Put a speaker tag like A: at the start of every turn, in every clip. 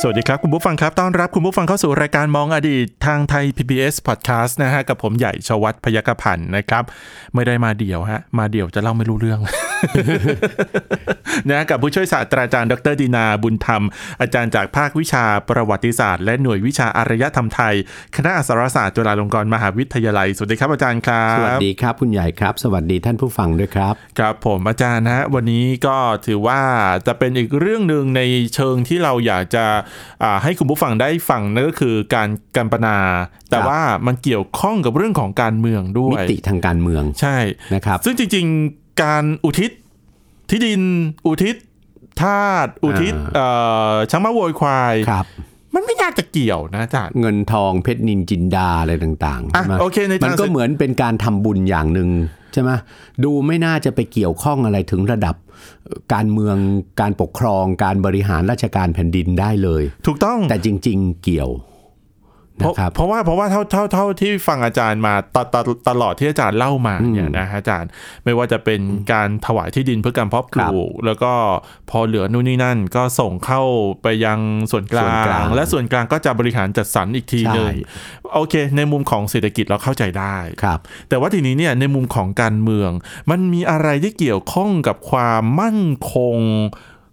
A: สวัสดีครับ คุณผู้ฟังครับต้อนรับคุณผู้ฟังเข้าสู่รายการมองอดีตทางไทย PBS Podcast นะฮะ กับผมใหญ่ชวัฒน์พยกพันธ์นะครับ ไม่ได้มาเดี่ยวฮะ มาเดี่ยวจะเล่าไม่รู้เรื่อง นะกับผู้ช่วยศาสตราจารย์ ดรดินาบุญธรรม อาจารย์จากภาควิชาประวัติศาสตร์ และหน่วยวิชาอารยธรรมไทย คณะอักษรศาสตร์จุฬาลงกรณ์มหาวิทยาลัยสวัสดีครับอาจารย์ครับ
B: สวัสดีครับ คุณใหญ่ครับ สวัสดีท่านผู้ฟังด้วยครับ
A: ครับผมอาจารย์นะฮะวันนี้ก็ถือว่าจะเป็นอีกเรื่องหนึ่งในเชิงที่เราอยากจะอ่าให้คุณผู้ฟังได้ฟังนั่นก็คือการกัมปนา แต่
B: ครับ
A: ว่ามันเกี่ยวข้องกับเรื่องของการเมืองด้ว
B: มิ
A: ย
B: ติทางการเมือง
A: ใช่
B: นะครับ
A: ซึ่งจริงๆการอุทิศที่ดินอุทิศธาตุอุทิศเอ่อช้างม้าโวยควาย
B: ครับ
A: มันไม่น่าจะเกี่ยวนะอาจารย์
B: เงินทองเพชรนินจินดาอะไรต่างๆ
A: อ่ะ
B: ใช่ไหม
A: โอเคในทาง
B: มันก็เหมือนเป็นการทำบุญอย่างหนึ่งใช่ไหมดูไม่น่าจะไปเกี่ยวข้องอะไรถึงระดับเอ่อการเมืองการปกครองการบริหารราชการแผ่นดินได้เลย
A: ถูกต้อง
B: แต่จริง ๆ เกี่ยว
A: เพราะ
B: นะครับ
A: เพราะว่าเพราะว่าเท่าเท่าเท่าที่ฟังอาจารย์มาตตตตลอดที่อาจารย์เล่ามาเนี่ยนะฮะอาจารย์ไม่ว่าจะเป็นการถวายที่ดินเพื่อการเพาะป
B: ครับ
A: ลูกแล้วก็พอเหลือนู่นนี่นั่น ก็ส่งเข้าไปยังส่วนกลา
B: ส่วนกลาง ง
A: และส่วนกลางก็จะบริหารจัดสรรอีกทีหนึ่ง
B: ใช่
A: โอเค ในมุมของเศรษฐกิจเราเข้าใจได้
B: ครับ
A: แต่ว่าทีนี้เนี่ยในมุมของการเมือง มันมีอะไรที่เกี่ยวข้องกับความมั่นคง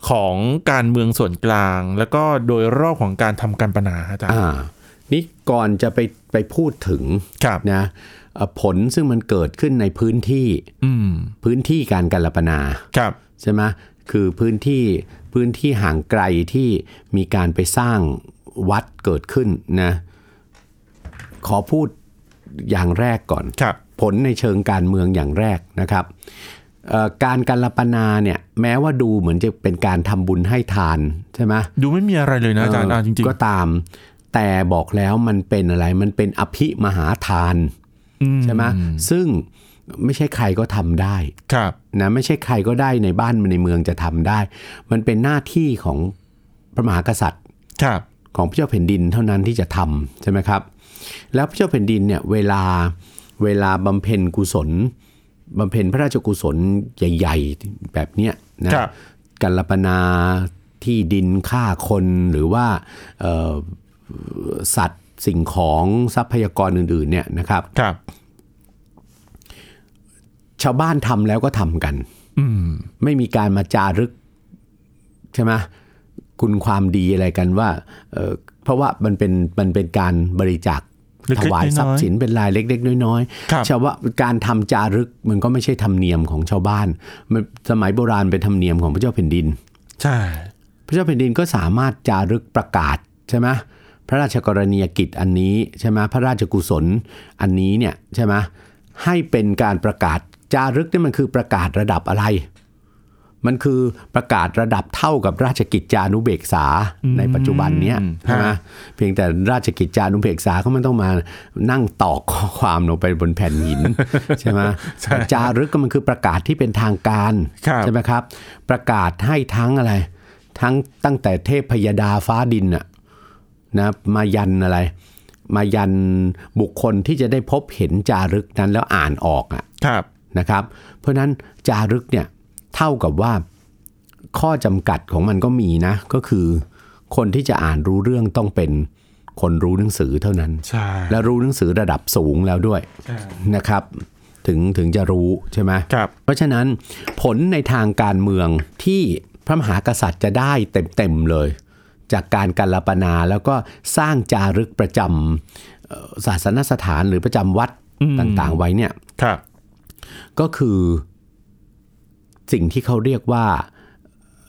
A: ของการเมืองส่วนกลาง แล้วก็โดยรอบของการทำการปนาอาจารย์
B: อ่า นี่ก่อนจะไปไปพูดถึง
A: ครับ
B: นะเอ่อผลซึ่งมันเกิดขึ้นในพื้นที่
A: อืม
B: พื้นที่การกัลปนา
A: ครับ
B: ใช่ไหมคือพื้นที่พื้นที่ห่างไกลที่มีการไปสร้างวัดเกิดขึ้นนะ ขอพูดอย่างแรกก่อน
A: ครับ
B: ผลในเชิงการเมืองอย่างแรกนะครับเอ่อการการลปนาเนี่ยแม้ว่าดูเหมือนจะเป็นการทำบุญให้ทานใช่ไหม
A: ดูไม่มีอะไรเลยนะอาจารย์
B: เอ่อ
A: อ่าจริง
B: ก็ตาม แต่บอกแล้วมันเป็นอะไรมันเป็นอภิมหาทาน
A: ๆอื
B: ใช่ไหมซึ่งไม่ใช่ใครก็ทำได้
A: ครับ
B: นะไม่ใช่ใครก็ได้ในบ้านในเมืองจะทำได้ มันเป็นหน้าที่ของพระมหากษัตริย์
A: ครับ
B: ของพระเจ้าแผ่นดินเท่านั้นที่จะทำใช่ไหมครับ แล้วพระเจ้าแผ่นดินเนี่ยเวลาเวลาบำเพ็ญกุศลบำเพ็ญพระราชกุศลใหญ่ๆแบบเนี้ยนะครับ กัลปนาที่ดินฆ่าคนหรือว่าเอ่อสัตว์สิ่งของทรัพยากรอื่นๆเนี่ยนะครับ
A: ครับ
B: ชาวบ้านทำแล้วก็ทำกัน
A: อืม
B: ไม่มีการมาจารึกใช่ไหมคุณความดีอะไรกันว่าเอ่อเพราะว่ามันเป็นมันเป็นการบริจาค
A: เล็กๆ
B: ถวายทรัพย์สินเป็นรายเล็ก ๆ น้อย
A: ครับ
B: ชาวว่าการทำจารึกมันก็ไม่ใช่ธรรมเนียมของชาวบ้านมันสมัยโบราณเป็นธรรมเนียมของพระเจ้าแผ่นดิน
A: ใช่
B: พระเจ้าแผ่นดินก็สามารถจารึกประกาศใช่ไหมพระราชกรณียกิจอันนี้ใช่ไหมพระราชกุศลอันนี้เนี่ยใช่ไหมให้เป็นการประกาศจารึกนี่มันคือประกาศระดับอะไร มันคือประกาศระดับเท่ากับราชกิจจานุเบกษาในปัจจุบันเนี้ย
A: อืม
B: ใช่ไหมเพียงแต่ราชกิจจานุเบกษาเขาไม่ต้องมานั่งตอกข้อความลงไปบนแผ่นหิน ใช่ไหมจารึกก็มันคือประกาศที่เป็นทางการ
A: ครับ
B: ใช่ไหมครับ ประกาศให้ทั้งอะไร ทั้งตั้งแต่เทพพยดาฟ้าดินอะนะมายันอะไร มายันบุคคลที่จะได้พบเห็นจารึกนั้นแล้วอ่านออกอะ
A: ครับ
B: นะครับ เพราะฉะนั้นจารึกเนี่ยเท่ากับว่าข้อจำกัดของมันก็มีนะ ก็คือ คนที่จะอ่านรู้เรื่องต้องเป็นคนรู้หนังสือเท่านั้น
A: ใช่
B: และรู้หนังสือระดับสูงแล้วด้วยนะครับ ถึงถึงจะรู้ใช่ไหม
A: ครับ
B: เพราะฉะนั้นผลในทางการเมืองที่พระมหากษัตริย์จะได้เต็มๆเลย จากการการลปนาแล้วก็สร้างจารึกประจำเอ่อศาสนสถานหรือประจำวัด
A: อืม
B: ต่างๆไว้เนี่ย
A: ครับ
B: ก็คือสิ่งที่เขาเรียกว่า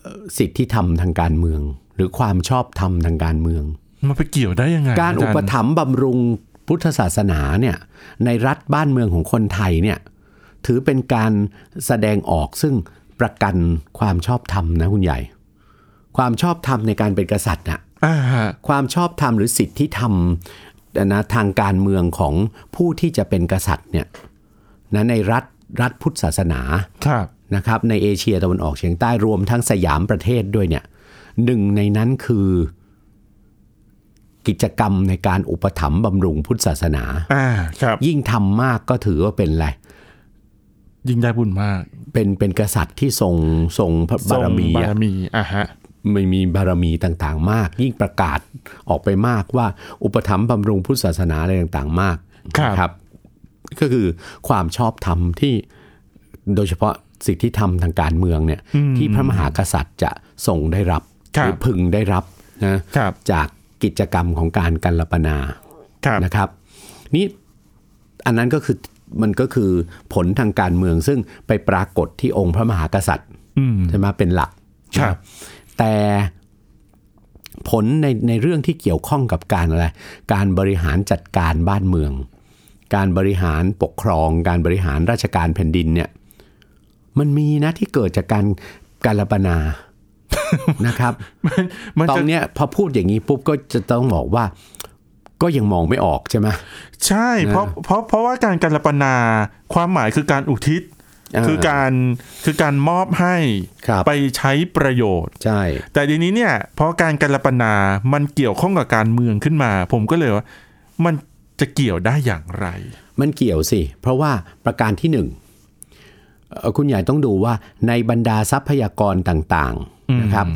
B: เอ่อสิทธิธรรมทางการเมือง หรือความชอบธรรมทางการเมือง
A: มันไปเกี่ยวได้ยังไง
B: การอุป
A: จย์
B: ถัมภ์บำรุงพุทธศาสนาเนี่ยในรัฐบ้านเมืองของคนไทยเนี่ยถือเป็นการแสดงออกซึ่งประกันความชอบธรรมนะคุณใหญ่ ความชอบธรรมในการเป็นกษัตริย์น่ะ
A: อ่าฮะ
B: ความชอบธรรมหรือสิทธิธรรมนะทางการเมืองของผู้ที่จะเป็นกษัตริย์เนี่ยนะในรัฐ รัฐพุทธศาสนา
A: ครับ
B: นะครับในเอเชียตะวันออกเฉียงใต้รวมทั้งสยามประเทศด้วยเนี่ยหนึ่งในนั้นคือ กิจกรรมในการอุปถัมภ์บำรุงพุทธศาสนา
A: อ่าครับ
B: ยิ่งทำมากก็ถือว่าเป็นอะไร
A: ยิ่งได้บุญมาก
B: เป็นเป็นกษัตริย์ที่ทรงทรงพระบารมี
A: ทงบา
B: อะ
A: รมีอ่ะฮะ
B: ไม่มีบารมีต่างๆ มาก ยิ่งประกาศออกไปมากว่าอุปถัมภ์บำรุงพุทธศาสนาอะไรต่างๆ มาก
A: ครับ
B: นะก็คือความชอบธรรมที่โดยเฉพาะสิทธิธรรมทางการเมืองเนี่ยที่พระมหากษัตริย์จะทรงได้รับ
A: ครับ
B: หรือพึงได้รับนะครับจากกิจกรรมของการกัลปนา
A: ครับ
B: นะครับนี่อันนั้นก็คือมันก็คือผลทางการเมืองซึ่งไปปรากฏที่องค์พระมหากษัตริย์
A: อืม
B: ใช่ไหมเป็นหลัก
A: ครับ
B: แต่ผลในในเรื่องที่เกี่ยวข้องกับการอะไรการบริหารจัดการบ้านเมือง การบริหารปกครอง การบริหารราชการแผ่นดินเนี่ยมันมีนะที่เกิดจากการการระบนา นะครับ
A: มัน
B: ตอ
A: จะ
B: นเนี้ยพอพูดอย่างนี้ปุ๊บก็จะต้องบอกว่า ก็ยังมองไม่ออกใช่ไหม
A: ใช่เพราะเพราะเพราะว่าการการปนาความหมายคือการอุทิศ
B: เออ
A: คือการคือการมอบให้
B: ครับ
A: ไปใช้ประโยชน์
B: ใช่
A: แต่ทีนี้เนี่ยเพราะการการปนา มันเกี่ยวข้องกับการเมืองขึ้นมา ผมก็เลยว่ามันจะเกี่ยวได้อย่างไร
B: มันเกี่ยวสิ เพราะว่าประการที่หนึ่งเอ่อคุณใหญ่ต้องดูว่าในบรรดาทรัพยากรต่างๆนะครับ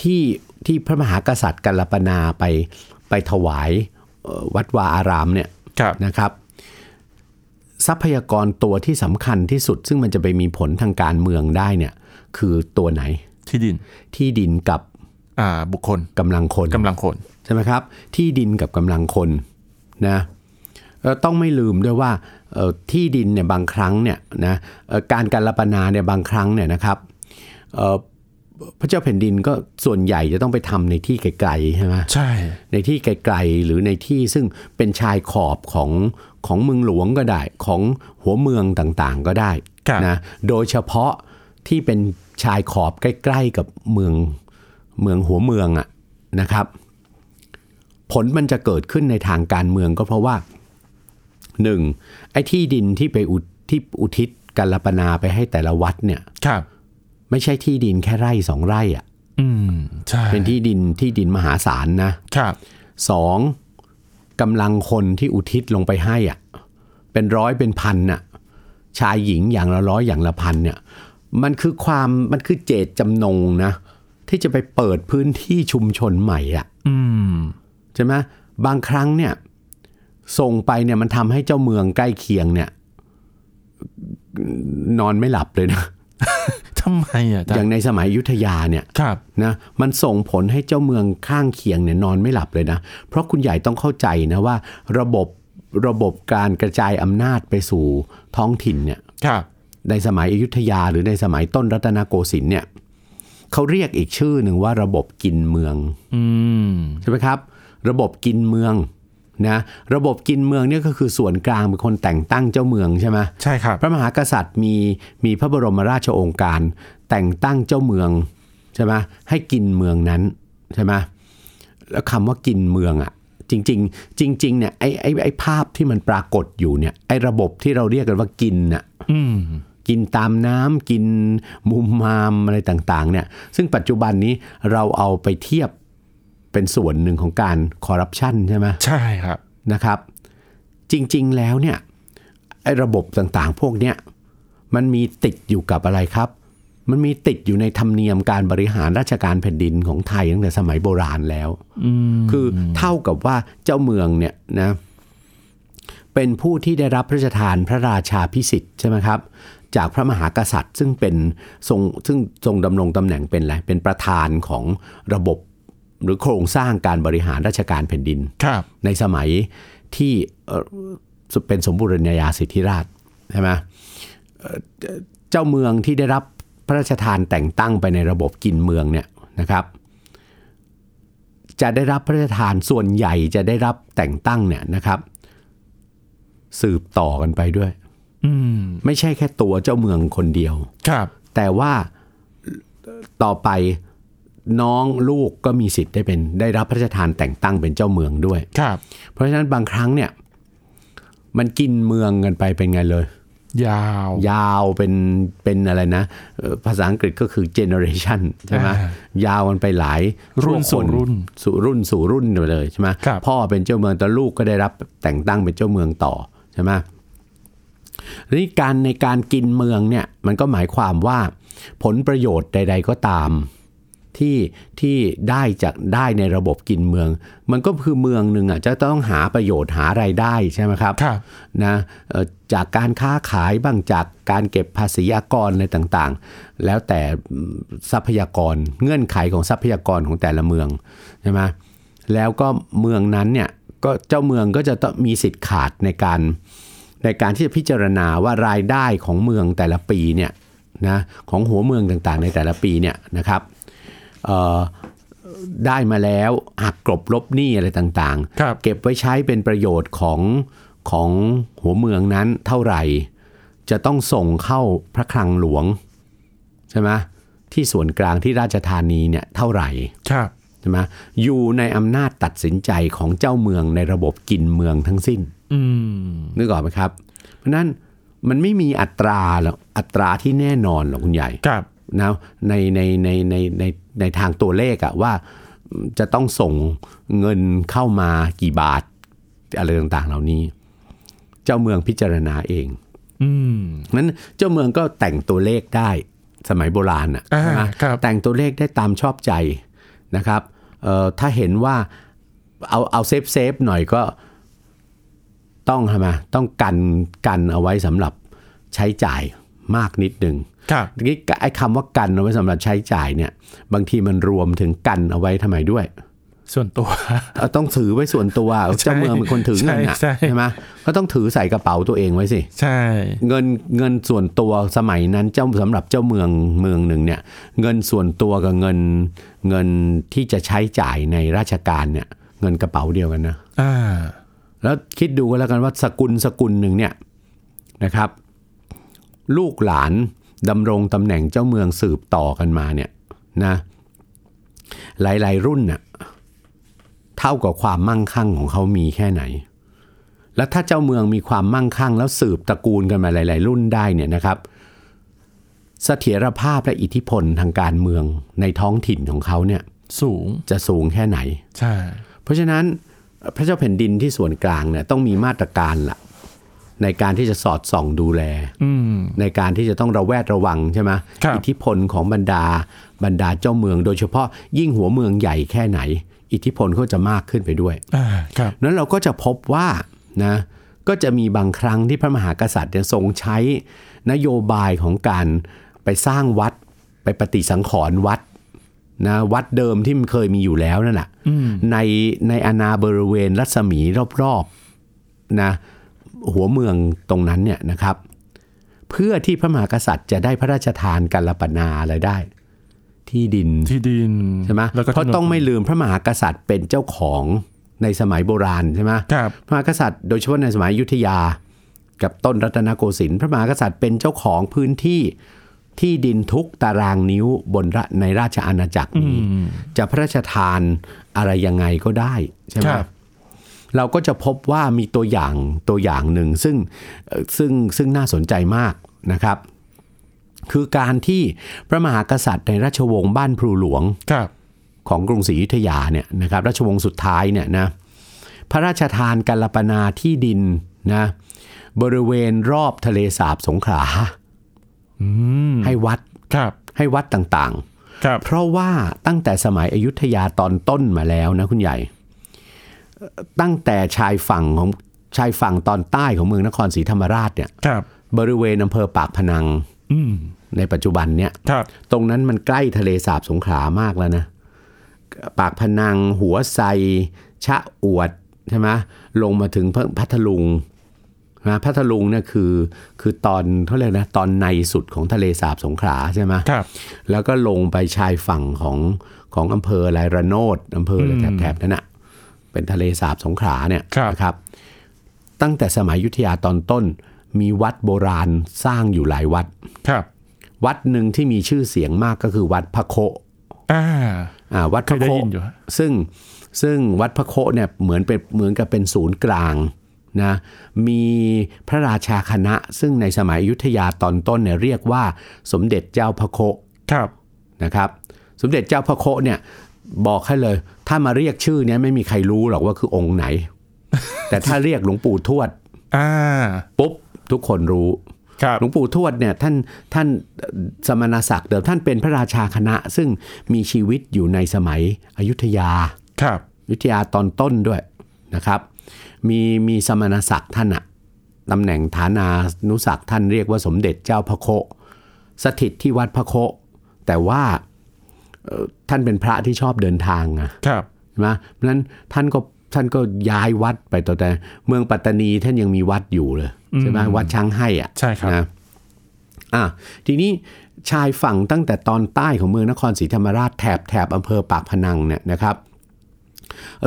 B: ที่ที่พระมหากษัตริย์กัลปนาไปไปถวายเอ่อวัดวาอารามเนี่ย
A: ครับ
B: นะครับ ทรัพยากรตัวที่สำคัญที่สุด ซึ่งมันจะไปมีผลทางการเมืองได้เนี่ย คือตัวไหน
A: ที่ดิน
B: ที่ดินกับ
A: อ่า บุคคล
B: กำลังคน
A: กำลังคน
B: ใช่ไหมครับ ที่ดินกับกำลังคนนะเอ่อต้องไม่ลืมด้วยว่าเอ่อที่ดินเนี่ยบางครั้งเนี่ยนะเอ่อการการลปนาเนี่ยบางครั้งเนี่ยนะครับเอ่อพระเจ้าแผ่นดินก็ส่วนใหญ่จะต้องไปทำในที่ไกลๆใช่ไหม
A: ใช่
B: ในที่ไกลๆหรือในที่ซึ่งเป็นชายขอบของของเมืองหลวงก็ได้ของหัวเมืองต่างๆก็ได้
A: ครับ
B: นะโดยเฉพาะที่เป็นชายขอบใกล้ๆกับเมืองเมืองหัวเมืองอะนะครับ ผลมันจะเกิดขึ้นในทางการเมืองก็เพราะว่าหนึ่งไอ้ที่ดินที่ไปอุที่อุทิศการลปนาไปให้แต่ละวัดเนี่ย
A: ครับ
B: ไม่ใช่ที่ดินแค่ไร่สองไร่อะ
A: อืม ใช่
B: เป็นที่ดินที่ดินมหาศาลนะครับ สองกำลังคนที่อุทิศลงไปให้อ่ะเป็นร้อยเป็นพันน่ะชายหญิงอย่างละร้อยอย่างละพันเนี่ยมันคือความมันคือเจตจำนงนะที่จะไปเปิดพื้นที่ชุมชนใหม่อ่ะ
A: อืม
B: ใช่ไหมบางครั้งเนี่ยส่งไปเนี่ยมันทำให้เจ้าเมืองใกล้เคียงเนี่ยนอนไม่หลับเลยนะ
A: ทำไมอ่ะอา
B: อ
A: จ๊ะ
B: ย่างในสมัยอยุทธยาเนี่ย
A: ครับ
B: นะมันส่งผลให้เจ้าเมืองข้างเคียงเนี่ยนอนไม่หลับเลยนะ เพราะคุณใหญ่ต้องเข้าใจนะว่า ระบบระบบการกระจายอำนาจไปสู่ท้องถิ่นเนี่ย
A: ครับ
B: ในสมัยอยุธยาหรือในสมัยต้นรัตนโกสินทร์เนี่ยเขาเรียกอีกชื่อหนึ่งว่าระบบกินเมือง
A: อืม
B: ใช่ไหมครับ ระบบกินเมืองนะระบบกินเมืองเนี่ยก็คือส่วนกลางเป็นคนแต่งตั้งเจ้าเมืองใช่ไหม
A: ใช่ครับ
B: พระมหากษัตริย์มีมีพระบรมราชโองการ แต่งตั้งเจ้าเมืองใช่ไหมให้กินเมืองนั้นใช่ไหมแล้วคำว่ากินเมืองอะ่ะจริง ๆ จริงๆเนี่ยไอ้ไอ้ไอ้ภาพที่มันปรากฏอยู่เนี่ยไอ้ระบบที่เราเรียกกันว่ากินน่ะ
A: อืม
B: กินตามน้ำกินมุมมามอะไรต่างๆเนี่ยซึ่งปัจจุบันนี้เราเอาไปเทียบเป็นส่วนหนึ่งของการคอร์รัปชันใช่ไหม
A: ใช่ครับ
B: นะครับ จริงๆแล้วเนี่ยไอ้ระบบต่างๆ พวกเนี้ยมันมีติดอยู่กับอะไรครับ มันมีติดอยู่ในธรรมเนียมการบริหารราชการแผ่นดินของไทยตั้งแต่สมัยโบราณแล้ว
A: อืม
B: คือเท่ากับว่าเจ้าเมืองเนี่ยนะเป็นผู้ที่ได้รับพระราชทานพระราชาพิสิทธิ์ใช่ไหมครับ จากพระมหากษัตริย์ซึ่งเป็นทรงซึ่งทรงดำรงตำแหน่งเป็นอะไรเป็นประธานของระบบหรือโครงสร้างการบริหารราชการแผ่นดิน
A: ครับ
B: ในสมัยที่เอ่อเป็นสมบูรณาญาสิทธิราชใช่ไหมเอ่อเจ้าเมืองที่ได้รับพระราชทานแต่งตั้งไปในระบบกินเมืองเนี่ยนะครับ จะได้รับพระราชทานส่วนใหญ่จะได้รับแต่งตั้งเนี่ยนะครับ สืบต่อกันไปด้วย
A: อืม
B: ไม่ใช่แค่ตัวเจ้าเมืองคนเดียว
A: ครับ
B: แต่ว่าต่อไปน้องลูกก็มีสิทธิ์ได้เป็นได้รับพระราชทานแต่งตั้งเป็นเจ้าเมืองด้วย
A: ครับ
B: เพราะฉะนั้นบางครั้งเนี่ยมันกินเมืองกันไปเป็นไงเลย
A: ยาว
B: ยาวเป็นเป็นอะไรนะเอ่อภาษาอังกฤษก็คือ generation ใช่ไหม
A: อ่าย
B: าวมันไปหลาย
A: รุ่นสู่รุ่น
B: สู่รุ่นสู่รุ่นไปเลยใช่ไหม
A: ครับ
B: พ่อเป็นเจ้าเมืองแต่ลูกก็ได้รับแต่งตั้งเป็นเจ้าเมืองต่อใช่ไหมทีนี้การในการกินเมืองเนี่ยมันก็หมายความว่าผลประโยชน์ใด ๆก็ตาม ที่ที่ได้จากได้ในระบบกินเมือง มันก็คือเมืองหนึ่งอ่ะจะต้องหาประโยชน์หารายได้ใช่ไหมครับ
A: ครับ
B: นะเอ่อจากการค้าขายบ้างจากการเก็บภาษีอากรอะไรต่างๆ แล้วแต่ทรัพยากรเงื่อนไขของทรัพยากรของแต่ละเมืองใช่ไหมแล้วก็เมืองนั้นเนี่ยก็เจ้าเมืองก็จะต้องมีสิทธิ์ขาดในการในการที่จะพิจารณาว่ารายได้ของเมืองแต่ละปีเนี่ยนะของหัวเมืองต่างๆ ในแต่ละปีเนี่ยนะครับเอ่อได้มาแล้วหักกลบลบหนี้อะไรต่าง
A: ครับ
B: เก็บไว้ใช้เป็นประโยชน์ของของหัวเมืองนั้นเท่าไหร่ จะต้องส่งเข้าพระคลังหลวงใช่ไหมที่ส่วนกลางที่ราชธานีเนี่ยเท่าไหร่
A: ครับ
B: ใช่ไหมอยู่ในอำนาจตัดสินใจของเจ้าเมืองในระบบกินเมืองทั้งสิ้น
A: อืม
B: นึกออกไหมครับ เพราะฉะนั้นมันไม่มีอัตราหรอกอัตราที่แน่นอนหรอกคุณใหญ่
A: ครับ
B: นะในในในในในในทางตัวเลขอะว่าจะต้องส่งเงินเข้ามากี่บาทอะไรต่างๆ เหล่านี้ เจ้าเมืองพิจารณาเอง
A: อืม
B: นั้นเจ้าเมืองก็แต่งตัวเลขได้สมัยโบราณอะ
A: อ่า
B: ใช่ไหม
A: ครับ
B: แต่งตัวเลขได้ตามชอบใจนะครับเอ่อถ้าเห็นว่าเอาเอาเซฟเซฟหน่อยก็ต้องทำไมต้องกันกันเอาไว้สำหรับใช้จ่ายมากนิดหนึ่ง
A: ครับ
B: ทีนี้ไอ้คำว่ากันเอาไว้สำหรับใช้จ่ายเนี่ยบางทีมันรวมถึงกันเอาไว้ทำไมด้วย
A: ส่วนตัว
B: เอาต้องถือไว้ส่วนตัวเจ้าเมืองเป็นคนถือเงินน่ะ
A: ใช่ใช่
B: ไหมก็ต้องถือใส่กระเป๋าตัวเองไว้สิ
A: ใช่
B: เงินเงินส่วนตัวสมัยนั้นเจ้าสำหรับเจ้าเมืองเมืองหนึ่งเนี่ยเงินส่วนตัวกับเงินเงินที่จะใช้จ่ายในราชการเนี่ยเงินกระเป๋าเดียวกันนะ
A: อ่า
B: แล้วคิดดูกันแล้วกันว่าสกุลสกุลหนึ่งเนี่ยนะครับ ลูกหลานดำรงตำแหน่งเจ้าเมืองสืบต่อกันมาเนี่ยนะหลายๆรุ่นน่ะเท่ากับความมั่งคั่งของเขามีแค่ไหน แล้วถ้าเจ้าเมืองมีความมั่งคั่ง แล้วสืบตระกูลกันมาหลาย ๆ รุ่นได้เนี่ยนะครับเสถียรภาพและอิทธิพลทางการเมืองในท้องถิ่นของเขาเนี่ย
A: สูง
B: จะสูงแค่ไหน
A: ใช่
B: เพราะฉะนั้นพระเจ้าแผ่นดินที่ส่วนกลางเนี่ยต้องมีมาตรการละในการที่จะสอดส่องดูแล
A: อืม
B: ในการที่จะต้องระแวดระวังใช่ไหม
A: ครับ
B: อิทธิพลของบรรดาบรรดาเจ้าเมือง โดยเฉพาะยิ่งหัวเมืองใหญ่แค่ไหน อิทธิพลก็จะมากขึ้นไปด้วย
A: อ่า ครับ
B: นั้นเราก็จะพบว่านะก็จะมีบางครั้งที่พระมหากษัตริย์เนี่ยทรงใช้นโยบายของการไปสร้างวัด ไปปฏิสังขรณ์วัดนะวัดเดิมที่มันเคยมีอยู่แล้วนั่นแหละในในอาณาบริเวณรัศมีรอบๆนะหัวเมืองตรงนั้นเนี่ยนะครับ เพื่อที่พระมหากษัตริย์จะได้พระราชทานกัลปนาอะไรได้ ที่ดิน
A: ที่ดิน
B: ใช่ไหม
A: แล้วก็
B: เพราะ
A: ถนน
B: ต้องไม่ลืมพระมหากษัตริย์เป็นเจ้าของในสมัยโบราณใช่ไหม
A: ครับ
B: พระมหากษัตริย์โดยเฉพาะในสมัยอยุทธยา กับต้นรัตนโกสินทร์พระมหากษัตริย์เป็นเจ้าของพื้นที่ที่ดินทุกตารางนิ้วบนระในราชอาณาจักรนี้ จะพระราชทานอะไรยังไงก็ได้ใช่ไหม
A: ครับ
B: เราก็จะพบว่ามีตัวอย่างตัวอย่างหนึ่งซึ่งเอ่อซึ่งซึ่งน่าสนใจมากนะครับ คือการที่พระมหากษัตริย์ในราชวงศ์บ้านพลูหลวง
A: ครับ
B: ของกรุงศรีอยุธยาเนี่ยนะครับราชวงศ์สุดท้ายเนี่ยนะพระราชทานกัลปนาที่ดินนะบริเวณรอบทะเลสาบสงขลา
A: อืม
B: ให้วัด
A: ครับ
B: ให้วัดต่าง
A: ครับ
B: ๆ เพราะว่าตั้งแต่สมัยอยุธยาตอนต้นมาแล้วนะคุณใหญ่เอ่อตั้งแต่ชายฝั่งของชายฝั่งตอนใต้ของเมืองนครศรีธรรมราชเนี่ย
A: ครับ
B: บริเวณอำเภอปากพนัง
A: อืม
B: ในปัจจุบันเนี่ย
A: ครับ
B: ตรงนั้นมันใกล้ทะเลสาบสงขลามากแล้วนะ ปากพนัง หัวไซ ชะอวดใช่ไหมลงมาถึงพัทลุงนะพัทลุงเนี่ยคือคือตอนเท่าเรียกนะตอนในสุดของทะเลสาบสงขลาใช่ไหม
A: ครับ
B: แล้วก็ลงไปชายฝั่งของของอำเภออะไรระโนดอำเภออะไรแถบๆนั้นอ่ะเป็นทะเลสาบสงขลาเนี่ย
A: ครับ
B: นะครับ ตั้งแต่สมัยอยุทธยาตอนต้น มีวัดโบราณสร้างอยู่หลายวัด
A: ครับ
B: วัดหนึ่งที่มีชื่อเสียงมากก็คือวัดพระโค
A: อ่า
B: อ่าวัดพระ
A: เคยได้
B: โค
A: ยินอยู่ฮะ
B: ซึ่งซึ่งวัดพระโคเนี่ยเหมือนเป็นเหมือนกับเป็นศูนย์กลาง นะมีพระราชาคณะ ซึ่งในสมัยอยุทธยาตอนต้นเนี่ยเรียกว่าสมเด็จเจ้าพระโค
A: ครับ
B: นะครับสมเด็จเจ้าพระโคเนี่ยบอกให้เลย ถ้ามาเรียกชื่อเนี้ยไม่มีใครรู้หรอกว่าคือองค์ไหน แต่ถ้าเรียกหลวงปู่ทวด
A: อ่า
B: ปุ๊บทุกคนรู้
A: ครับ
B: หลวงปู่ทวดเนี่ยท่านท่านเอ่อสมณศักดิ์เดิมท่านเป็นพระราชาคณะ ซึ่งมีชีวิตอยู่ในสมัยอยุธยา
A: ครับ
B: อยุธยาตอนต้นด้วยนะครับ มีมีสมณศักดิ์ท่านอะตำแหน่งฐานานุศักดิ์ท่านเรียกว่าสมเด็จเจ้าพระโค สถิตที่วัดพระโค แต่ว่าเอ่อท่านเป็นพระที่ชอบเดินทางอะ
A: ครับ
B: ใช่ไหมเพราะฉะนั้นท่านก็ท่านก็ย้ายวัดไปต่อแต่เมืองปัตตานีท่านยังมีวัดอยู่เลยใช่ไหมวัดช้างให้อ่ะ
A: ใช่ครับ
B: นะอ่ะทีนี้ชายฝั่งตั้งแต่ตอนใต้ของเมืองนครศรีธรรมราชแถบแถบอำเภอปากพนังเนี่ยนะครับ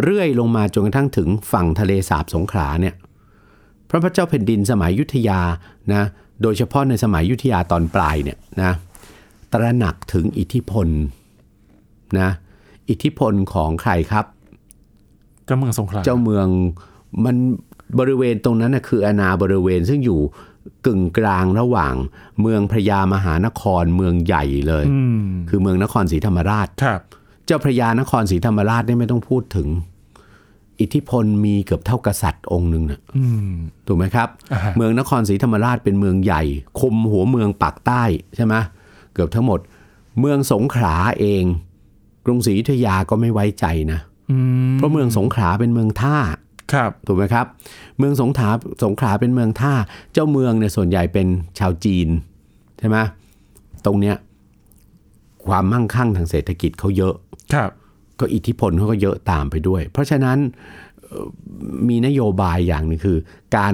B: เรื่อยลงมาจนกระทั่งถึงฝั่งทะเลสาบสงขลาเนี่ยพระพเจ้าแผ่นดินสมัยอยุทธยานะโดยเฉพาะในสมัยอยุทธยาตอนปลายเนี่ยนะตระหนักถึงอิทธิพลนะอิทธิพลของใครครับ
A: เจ้าเมืองสงขลา
B: เจ้าเมืองมันบริเวณตรงนั้นนะคืออาณาบริเวณซึ่งอยู่กึ่งกลางระหว่างเมืองพระยามหานครเมืองใหญ่เลย
A: อืม
B: คือเมืองนครศรีธรรมราช
A: ครับ
B: เจ้าพระยานครศรีธรรมราชนี่ไม่ต้องพูดถึง อิทธิพลมีเกือบเท่ากษัตริย์องค์หนึ่งนะ
A: อืม
B: ถูกไหมครับ
A: อ่าฮะ
B: เมืองนครศรีธรรมราชเป็นเมืองใหญ่ คุมหัวเมืองปากใต้ใช่ไหมเกือบทั้งหมด เมืองสงขลาเอง กรุงศรีอยุธยาก็ไม่ไว้ใจนะ
A: อืม
B: เพราะเมืองสงขลาเป็นเมืองท่า
A: ครับ
B: ถูกไหมครับ เมืองสงขลาสงขลาเป็นเมืองท่า เจ้าเมืองเนี่ยส่วนใหญ่เป็นชาวจีนใช่ไหมตรงเนี้ยความมั่งคั่งทางเศรษฐกิจเขาเยอะ
A: ครับ
B: ก็อิทธิพลเขาก็เยอะตามไปด้วย เพราะฉะนั้นเอ่อมีนโยบายอย่างหนึงคือ การ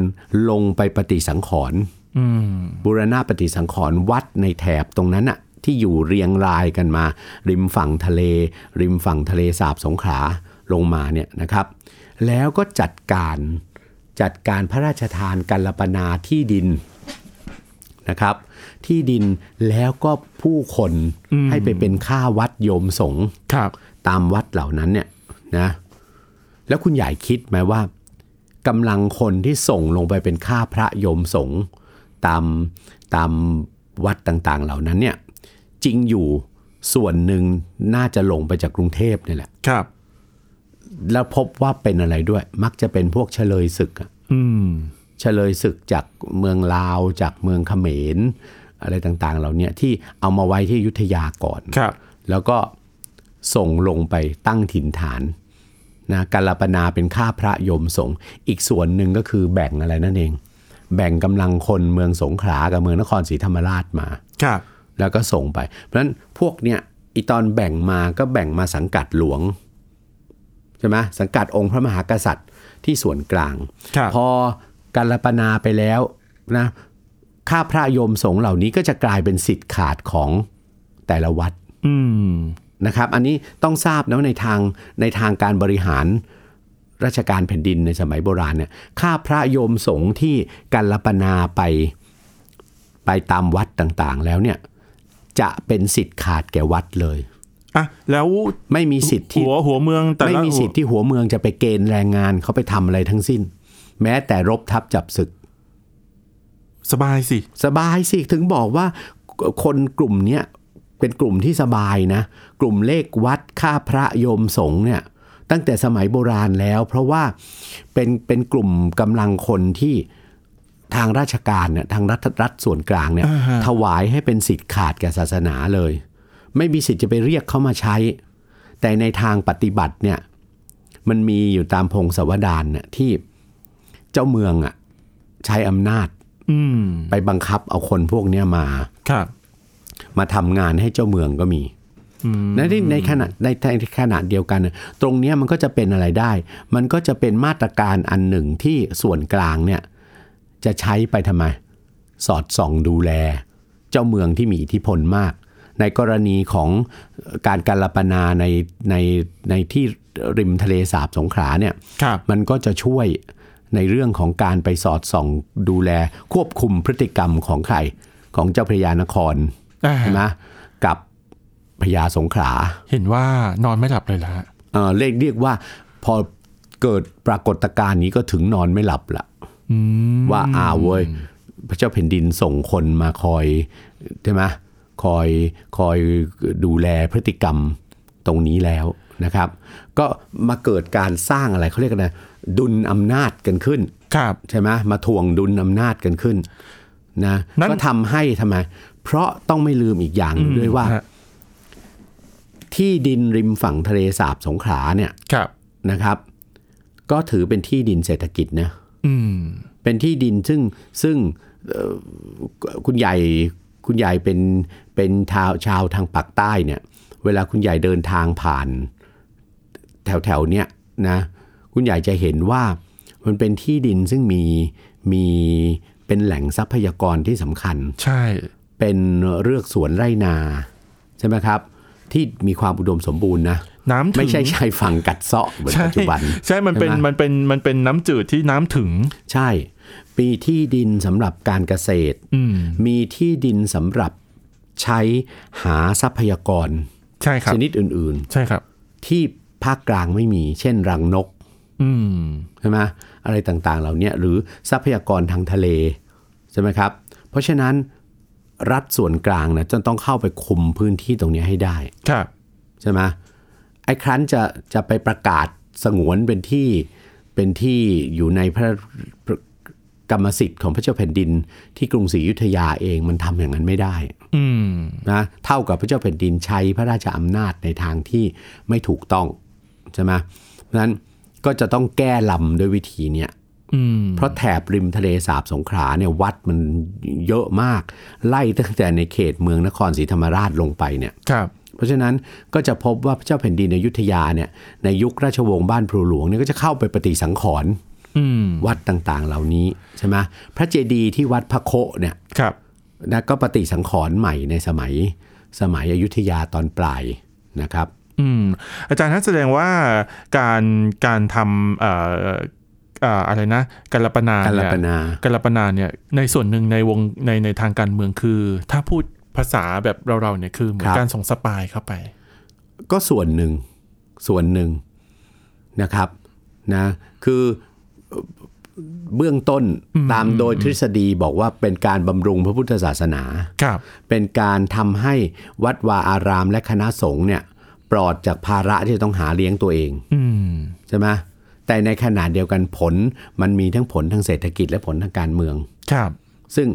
B: ลงไปปฏิสังขรณ์
A: อืม
B: บูรณะปฏิสังขรณ์วัดในแถบตรงนั้นอะที่อยู่เรียงรายกันมา ริมฝั่งทะเล ริมฝั่งทะเลสาบสงขลาลงมาเนี่ยนะครับ แล้วก็จัดการจัดการพระราชทานกัลปนาที่ดินนะครับ ที่ดินแล้วก็ผู้คนให้ไปเป็นค่าวัดโยมสงฆ์
A: ครับ
B: ตามวัดเหล่านั้นเนี่ยนะแล้วคุณใหญ่คิดไหมว่ากำลังคนที่ส่งลงไปเป็นข้าพระโยมสงฆ์ตามตามวัดต่างๆเหล่านั้นเนี่ยจริงอยู่ส่วนหนึ่งน่าจะหลงไปจากกรุงเทพเนี่ยแหละ
A: ครับ
B: แล้วพบว่าเป็นอะไรด้วย มักจะเป็นพวกเฉลยศึกอะ
A: อืม
B: เฉลยศึกจากเมืองลาวจากเมืองเขมร อะไรต่างๆ เหล่าเนี้ยที่เอามาไว้ที่อยุทธยาก่อน
A: ครับ
B: แล้วก็ส่งลงไปตั้งถิ่นฐานนะกาลปนาเป็นข้าพระยมสงฆ์อีกส่วนหนึ่งก็คือแบ่งอะไรนั่นเอง แบ่งกำลังคนเมืองสงขลากับเมืองนครศรีธรรมราชมา
A: ครับ
B: แล้วก็ส่งไป เพราะฉะนั้นพวกเนี่ยอีตอนแบ่งมาก็แบ่งมาสังกัดหลวงใช่ไหมสังกัดองค์พระมหากษัตริย์ที่ส่วนกลาง
A: ครับ
B: พอการปนาไปแล้วนะข้าพระโยมสงฆ์เหล่านี้ก็จะกลายเป็นสิทธิ์ขาดของแต่ละวัด
A: อืม
B: นะครับ อันนี้ต้องทราบนะว่าในทางในทางการบริหารราชการแผ่นดินในสมัยโบราณเนี่ยข้าพระโยมสงฆ์ที่การปนาไปไปตามวัดต่างๆ แล้วเนี่ยจะเป็นสิทธิ์ขาดแก่วัดเลย
A: อ่ะ แล้ว
B: ไม่มีสิทธิ์ที่
A: หัวหัวเมืองแต่ละ
B: ไม่มีสิทธิ์ที่หัวเมืองจะไปเกณฑ์แรงงานเขาไปทำอะไรทั้งสิ้น แม้แต่รบทัพจับศึก
A: สบายสิ
B: สบายสิถึงบอกว่าคนกลุ่มเนี้ยเป็นกลุ่มที่สบายนะ กลุ่มเลขวัดค่าพระโยมสงฆ์เนี่ยตั้งแต่สมัยโบราณแล้ว เพราะว่าเป็นเป็นกลุ่มกำลังคนที่ทางราชการเนี่ยทางรัฐรัฐส่วนกลางเนี่ย
A: อ่าฮะ
B: ถวายให้เป็นสิทธิ์ขาดแก่ศาสนาเลย ไม่มีสิทธิ์จะไปเรียกเขามาใช้ แต่ในทางปฏิบัติเนี่ยมันมีอยู่ตามพงศาวดารเนี่ยที่เจ้าเมืองอ่ะใช้อำนาจ
A: อืม
B: ไปบังคับเอาคนพวกเนี้ยมา
A: ครับ
B: มาทำงานให้เจ้าเมืองก็มีในที่ในขณะในในขณะเดียวกันน่ะตรงเนี้ยมันก็จะเป็นอะไรได้ มันก็จะเป็นมาตรการอันหนึ่งที่ส่วนกลางเนี่ยจะใช้ไปทำไม สอดส่องดูแล เจ้าเมืองที่มีอิทธิพลมาก ในกรณีของเอ่อการการลปนาในในในที่ริมทะเลสาบสงขลาเนี่ย
A: ครับ
B: มันก็จะช่วยในเรื่องของการไปสอดส่องดูแลควบคุมพฤติกรรมของใครของเจ้าพระยานคร
A: อ่า
B: ใช่ไหมกับพญาสงขลา
A: เห็นว่านอนไม่หลับเลยละ
B: เอ่อเรียกเรียกว่าพอ เกิดปรากฏการณ์นี้ก็ถึงนอนไม่หลับละว่าอ้าวเว้ยพระเจ้าแผ่นดินส่งคนมาคอยใช่ไหมคอยคอยดูแลพฤติกรรมตรงนี้แล้วนะครับ ก็มาเกิดการสร้างอะไรเขาเรียกกันนะดุลอำนาจกันขึ้น
A: ครับ
B: ใช่ไหมมาทวงดุลอำนาจกันขึ้นนะ
A: นั้น
B: ก็ทำให้ทำไม เพราะต้องไม่ลืมอีกอย่างหนึ่งด้วยว่า
A: ฮะ
B: ที่ดินริมฝั่งทะเลสาบสงขลาเนี่ย
A: ครับ
B: นะครับ ก็ถือเป็นที่ดินเศรษฐกิจนะ
A: อืม
B: เป็นที่ดินซึ่งซึ่งเอ่อคุณใหญ่คุณใหญ่เป็นเป็นชาวชาวทางปากใต้เนี่ย เวลาคุณใหญ่เดินทางผ่าน แถวแถวๆเนี่ยนะคุณใหญ่จะเห็นว่ามันเป็นที่ดินซึ่งมีมีเป็นแหล่งทรัพยากรที่สำคัญ
A: ใช่
B: เป็นเรือกสวนไร่นาใช่ไหมครับ ที่มีความอุดมสมบูรณ์นะ
A: น้ำถึง
B: ไม่ใช่ชายฝั่งกัดเซาะเหมือน
A: ใช่
B: ปัจจุบัน
A: ใช่มันเป็น
B: ใช่ไหม
A: มันเป็นมันเป็นน้ำจืดที่น้ำถึง
B: ใช่มีที่ดินสำหรับการเกษตร
A: อืม
B: มีที่ดินสำหรับใช้หาทรัพยากร
A: ใช่ครับ
B: ชนิดอื่น
A: ใช่ครับ
B: ๆ ที่ภาคกลางไม่มี เช่นรังนก
A: อืม
B: ใช่ไหมอะไรต่างๆเหล่าเนี้ยหรือทรัพยากรทางทะเลใช่ไหมครับ เพราะฉะนั้นรัฐส่วนกลางนะจะต้องเข้าไปคุมพื้นที่ตรงเนี้ยให้ได้
A: ครับ
B: ใช่ไหมไอ้ครั้นจะจะไปประกาศสงวนเป็นที่เป็นที่อยู่ในพระพระกรรมสิทธิ์ของพระเจ้าแผ่นดิน ที่กรุงศรีอยุธยาเองมันทำอย่างนั้นไม่ได้
A: อืม
B: นะเท่ากับพระเจ้าแผ่นดินใช้พระราชอำนาจในทางที่ไม่ถูกต้องใช่ไหมเพราะฉะนั้นก็จะต้องแก้ลำด้วยวิธีเนี้ย
A: อืม
B: เพราะแถบริมทะเลสาบสงขลาเนี่ยวัดมันเยอะมาก ไล่ตั้งแต่ในเขตเมืองนครศรีธรรมราชลงไปเนี่ย
A: ครับ
B: เพราะฉะนั้นก็จะพบว่าพระเจ้าแผ่นดินอยุธยาเนี่ยในยุคราชวงศ์บ้านพลูหลวงเนี่ยก็จะเข้าไปปฏิสังขรณ์
A: อืม
B: วัดต่างๆ เหล่านี้ใช่ไหมพระเจดีย์ที่วัดพระโคเนี่ย
A: ครับ
B: นะก็ปฏิสังขรณ์ใหม่ในสมัยสมัยอยุธยาตอนปลายนะครับ
A: อืม อาจารย์นั้นแสดงว่าการการทำเอ่อเอ่ออะไรนะกัลปนา
B: กัล
A: เนี่ย
B: ปนา
A: กัลปนาเนี่ย ในส่วนหนึ่งในวงในในทางการเมืองคือ ถ้าพูดภาษาแบบเราๆเนี่ยคือเหมือ
B: คนรับ
A: การส่งสปายเข้าไป
B: ก็ส่วนหนึ่งส่วนหนึ่งนะครับนะคือเอ่อเบื้องต้นตามโดยทฤษฎีบอกว่าเป็นการบำรุงพระพุทธศาสนา
A: ครับ
B: เป็นการทำให้วัดวาอารามและคณะสงฆ์เนี่ยปลอดจากภาระที่จะต้องหาเลี้ยงตัวเอง
A: อืม
B: ใช่ไหมแต่ในขณะเดียวกันผลมันมีทั้งผลทางเศรษฐกิจและผลทางการเมือง
A: ครับ
B: ซึ่ง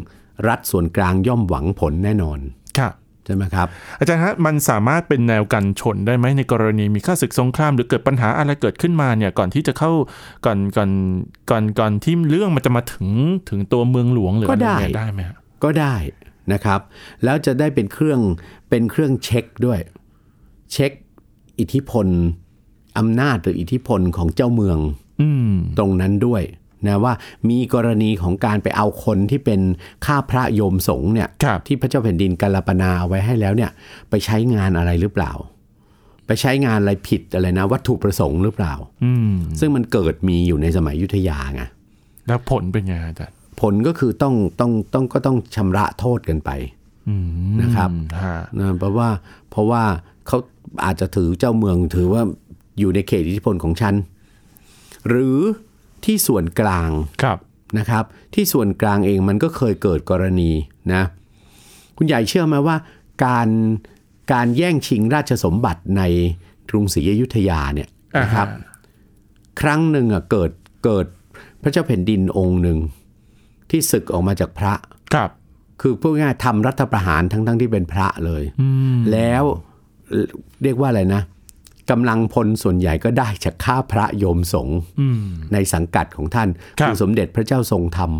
B: รัฐส่วนกลางย่อมหวังผลแน่นอน
A: ครับ
B: ใช่ไหมครับ
A: อาจารย์ฮะมันสามารถเป็นแนวกันชนได้ไหมในกรณีมีข้าศึกสงคราม หรือเกิดปัญหาอะไรเกิดขึ้นมาเนี่ยก่อนที่จะเข้าก่อนก่อนก่อนก่อนที่เรื่องมันจะมาถึงถึงตัวเมืองหลวงหรือ
B: ก็
A: อะไร
B: ได้
A: เนี่ยได้ไหมฮะ
B: ก็ได้นะครับ แล้วจะได้เป็นเครื่องเป็นเครื่องเช็คด้วย เช็คอิทธิพลอำนาจหรืออิทธิพลของเจ้าเมือง
A: อืม
B: ตรงนั้นด้วยนะว่ามีกรณีของการไปเอาคนที่เป็นข้าพระโยมสงฆ์เนี่ย
A: ครับ
B: ที่พระเจ้าแผ่นดินกัลปนาเอาไว้ให้แล้วเนี่ยไปใช้งานอะไรหรือเปล่า ไปใช้งานอะไรผิดอะไรนะ วัตถุประสงค์หรือเปล่า
A: อืม
B: ซึ่งมันเกิดมีอยู่ในสมัยอยุทธยาไง
A: แล้วผลเป็นไงอาจารย์
B: ผลก็คือต้องต้องต้องก็ต้องชำระโทษกันไป
A: อืม
B: นะครับ
A: ฮะ
B: นะเพราะว่าเพราะว่าเขาอาจจะถือเจ้าเมืองถือว่าอยู่ในเขตอิทธิพลของฉันหรือที่ส่วนกลาง
A: ครับ
B: นะครับที่ส่วนกลางเองมันก็เคยเกิดกรณีนะคุณใหญ่เชื่อไหมว่าการการแย่งชิงราชสมบัติในกรุงศรีอยุธยาเนี่ยนะครับ
A: อ่าฮ
B: ครั้งหนึ่งอ่ะเกิดเกิดพระเจ้าแผ่นดินองค์หนึ่งที่ศึกออกมาจากพระ
A: ครับ
B: คือพูดง่ายๆทำรัฐประหารทั้งทั้งที่เป็นพระเลย แล้วเอ่อเรียกว่าอะไรนะกำลังพลส่วนใหญ่ก็ได้จากข้าพระโยมสงฆ์ในสังกัดของท่าน
A: ครับ
B: สมเด็จพระเจ้าทรงธรรม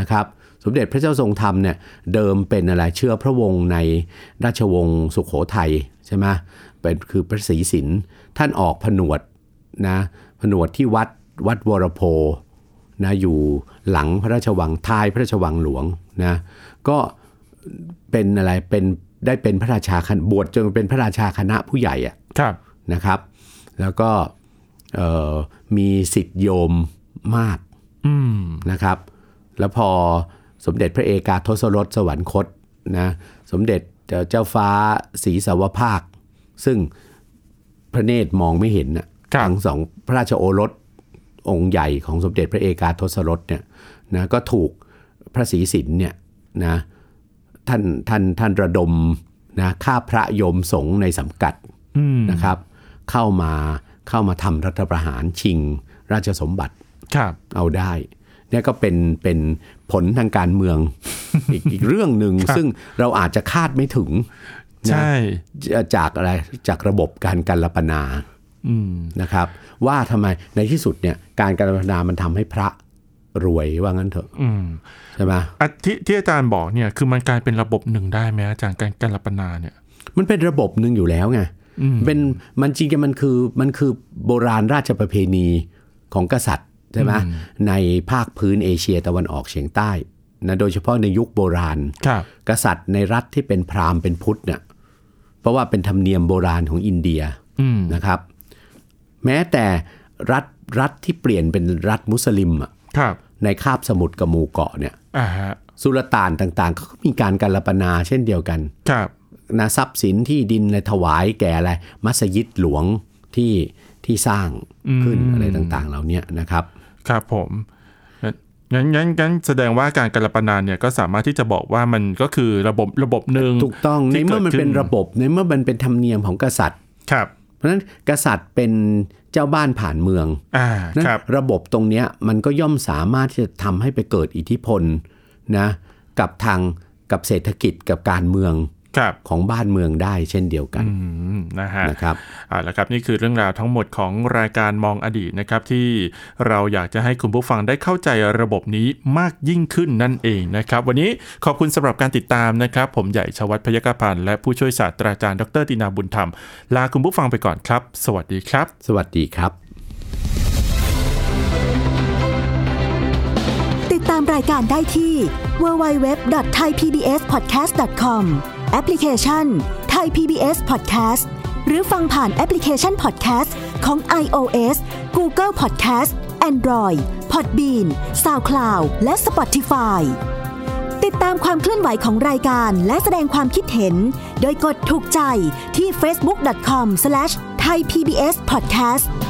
B: นะครับ สมเด็จพระเจ้าทรงธรรมเนี่ยเดิมเป็นอะไรเชื้อพระวงศ์ในราชวงศ์สุขโขทัยใช่ไหมเป็นคือพระศรีสินท่านออกผนวดนะผนวดที่วัดวัดวรโพ นะอยู่หลังพระราชวังท้ายพระราชวังหลวงนะก็เป็นอะไรเป็นได้เป็นพระราชาคณะบวชจนเป็นพระราชาคณะผู้ใหญ่อะ
A: ครับ
B: นะครับ แล้วก็เอ่อมีสิทธิโยมมาก
A: อืม
B: นะครับ แล้วพอสมเด็จพระเอกาทศรสสวรรคตนะสมเด็จเจ้าฟ้าศรีสวภาค ซึ่งพระเนตรมองไม่เห็นนะ
A: ครับ
B: ทั้งสองพระราชโอรสองค์ใหญ่ของสมเด็จพระเอกาทศรสเนี่ยนะก็ถูกพระศรีสินเนี่ยนะท่านท่านท่านระดมนะฆ่าพระโยมสงฆ์ในสังกัด
A: อืม
B: นะครับเข้ามาเข้ามาทำรัฐประหารชิงราชสมบัติ
A: ครับ
B: เอาได้เนี่ยก็เป็นเป็นผลทางการเมือง อีกอีกเรื่องหนึ่ง
A: ครับ
B: ซึ่งเราอาจจะคาดไม่ถึงนะ
A: ใช่
B: จะจากอะไรจากระบบการการลปนา
A: อืม
B: นะครับ ว่าทำไมในที่สุดเนี่ยการการลปนามันทำให้พระรวยว่างั้นเถอะ
A: อืม
B: ใช่ไหม
A: อะที่ที่อาจารย์บอกเนี่ย คือมันกลายเป็นระบบหนึ่งได้ไหมอาจารย์การการรับปนาเนี่ย
B: มันเป็นระบบหนึ่งอยู่แล้วไง
A: อืม
B: เป็นมันจริงๆมันคือมันคือโบราณราชประเพณีของกษัตริย์ใช่ไหมในภาคพื้นเอเชียตะวันออกเฉียงใต้นะโดยเฉพาะในยุคโบราณ
A: ครับ
B: กษัตริย์ในรัฐที่เป็นพราหมณ์เป็นพุทธเนี่ยเพราะว่าเป็นธรรมเนียมโบราณของอินเดีย
A: อืม
B: นะครับ แม้แต่รัฐรัฐที่เปลี่ยนเป็นรัฐมุสลิมอะ
A: ครับ
B: ในคาบสมุทรกับหมู่เกาะเนี่ย
A: อ่าฮะ
B: สุลต่านต่างๆเขาก็มีการการลปนาเช่นเดียวกัน
A: ครับ
B: นะทรัพย์สินที่ดินอะไรถวายแก่อะไรมัสยิดหลวงที่ที่สร้างขึ้นอะไรต่างๆ เหล่าเนี้ยนะครับ
A: ครับผมงั้นงั้นงั้นแสดงว่าการการรับปนาเนี่ยก็สามารถที่จะบอกว่ามันก็คือระบบระบบหนึ่ง
B: ถูกต้องใน
A: ที่
B: เมื่อมัน
A: กิดขึ้
B: เป็นระบบในเมื่อมันเป็นธรรมเนียมของกษัตริย์
A: ครับ
B: เพราะฉะนั้นกษัตริย์เป็นเจ้าบ้านผ่านเมือง
A: อ่า
B: นั้น
A: ครับ
B: ระบบตรงเนี้ยมันก็ย่อมสามารถที่จะทำให้ไปเกิดอิทธิพลนะกับทางกับเศรษฐกิจกับการเมือง
A: ครับ
B: ของบ้านเมืองได้เช่นเดียวกัน
A: อืม นะฮะ
B: นะครับ
A: เอาละครับนี่คือเรื่องราวทั้งหมดของรายการมองอดีตนะครับที่เราอยากจะให้คุณผู้ฟังได้เข้าใจระบบนี้มากยิ่งขึ้นนั่นเองนะครับวันนี้ขอบคุณสำหรับการติดตามนะครับ ผมใหญ่ชวัฒน์พยกพันธ์และผู้ช่วยศาสตราจารย์ดรตินาบุญธรรม ลาคุณผู้ฟังไปก่อนครับ สวัสดีครับ
B: สวัสดีครับ
C: ติดตามรายการได้ที่ www.thaipbspodcast.com แอปพลิเคชัน Thai PBS Podcast หรือฟังผ่านแอปพลิเคชัน Podcast ของ iOS Google Podcast Android Podbean SoundCloud และ Spotify ติดตามความเคลื่อนไหวของรายการและแสดงความคิดเห็น โดยกดถูกใจที่ facebook.com/thaipbspodcast